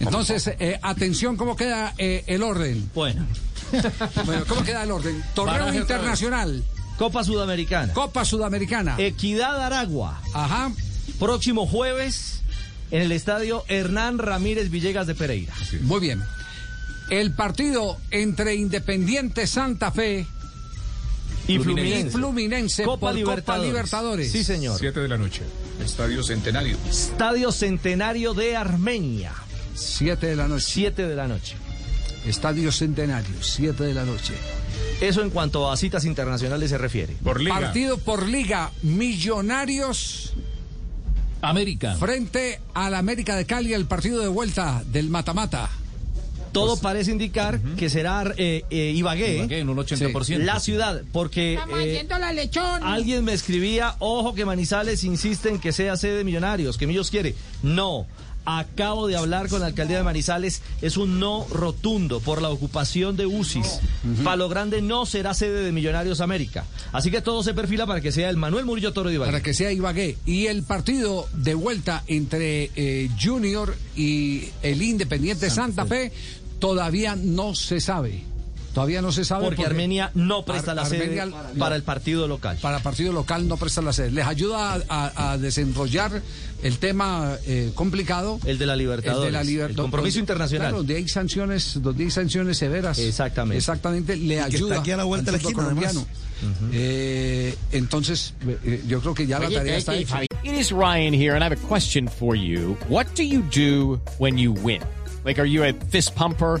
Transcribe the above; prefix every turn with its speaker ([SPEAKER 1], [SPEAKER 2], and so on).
[SPEAKER 1] Entonces, eh, atención, ¿cómo queda eh, el orden?
[SPEAKER 2] Bueno,
[SPEAKER 1] Bueno, ¿cómo queda el orden?
[SPEAKER 2] Baraje
[SPEAKER 1] Torneo
[SPEAKER 2] otra
[SPEAKER 1] Internacional,
[SPEAKER 2] Copa Sudamericana.
[SPEAKER 1] Copa Sudamericana.
[SPEAKER 2] Eh. Equidad Aragua.
[SPEAKER 1] Ajá.
[SPEAKER 2] Próximo jueves en el estadio Hernán Ramírez Villegas de Pereira.
[SPEAKER 1] Muy bien. El partido entre Independiente Santa Fe
[SPEAKER 2] Y
[SPEAKER 1] y
[SPEAKER 2] Fluminense.
[SPEAKER 1] Fluminense
[SPEAKER 2] Copa,
[SPEAKER 1] por
[SPEAKER 2] Libertadores.
[SPEAKER 1] Copa Libertadores.
[SPEAKER 2] Sí, señor.
[SPEAKER 3] 7 de la noche. Estadio Centenario.
[SPEAKER 2] Estadio Centenario de Armenia.
[SPEAKER 1] Siete de la noche.
[SPEAKER 2] 7 de la noche.
[SPEAKER 1] Estadio Centenario, siete de la noche.
[SPEAKER 2] Eso en cuanto a citas internacionales se refiere.
[SPEAKER 3] Por Liga.
[SPEAKER 1] Partido por Liga Millonarios
[SPEAKER 4] América.
[SPEAKER 1] frente al América de Cali, el partido de vuelta del Matamata.
[SPEAKER 2] Todo parece indicar que será eh, eh, pues, Ibagué,
[SPEAKER 4] Ibagué en un 80%.
[SPEAKER 2] la ciudad, porque
[SPEAKER 5] Estamos
[SPEAKER 2] eh,
[SPEAKER 5] haciendo la lechón.
[SPEAKER 2] alguien me escribía, ojo que Manizales insiste en que sea sede de Millonarios, que Millos quiere. No, acabo de hablar con la alcaldía de Manizales, es un no rotundo por la ocupación de UCIS. Palo Grande no será sede de Millonarios América. Así que todo se perfila para que sea el Manuel Murillo Toro de Ibagué.
[SPEAKER 1] para que sea Ibagué. Y el partido de vuelta entre eh, Junior y el Independiente Santa, Fe. todavía no se sabe. Todavía no se sabe.
[SPEAKER 2] porque, Armenia no presta
[SPEAKER 1] Ar-
[SPEAKER 2] la sede
[SPEAKER 1] Armenia-
[SPEAKER 2] para el partido local.
[SPEAKER 1] para partido local no presta la sede. Les ayuda a, a- a desenrollar el tema eh, complicado.
[SPEAKER 2] El de la Libertadores,
[SPEAKER 1] de la liber-
[SPEAKER 2] el compromiso
[SPEAKER 1] donde-
[SPEAKER 2] internacional.
[SPEAKER 1] claro, donde hay sanciones, donde hay sanciones severas.
[SPEAKER 2] Exactamente.
[SPEAKER 1] Exactamente, le
[SPEAKER 6] que
[SPEAKER 1] ayuda
[SPEAKER 6] está aquí a la vuelta
[SPEAKER 1] al
[SPEAKER 6] de la
[SPEAKER 1] fútbol
[SPEAKER 6] esquina,
[SPEAKER 1] colombiano. Eh, entonces, eh, yo creo que ya la tarea está hecha.
[SPEAKER 7] It is Ryan here, and I have a question for you. What do you do when you win? Like, are you a fist pumper?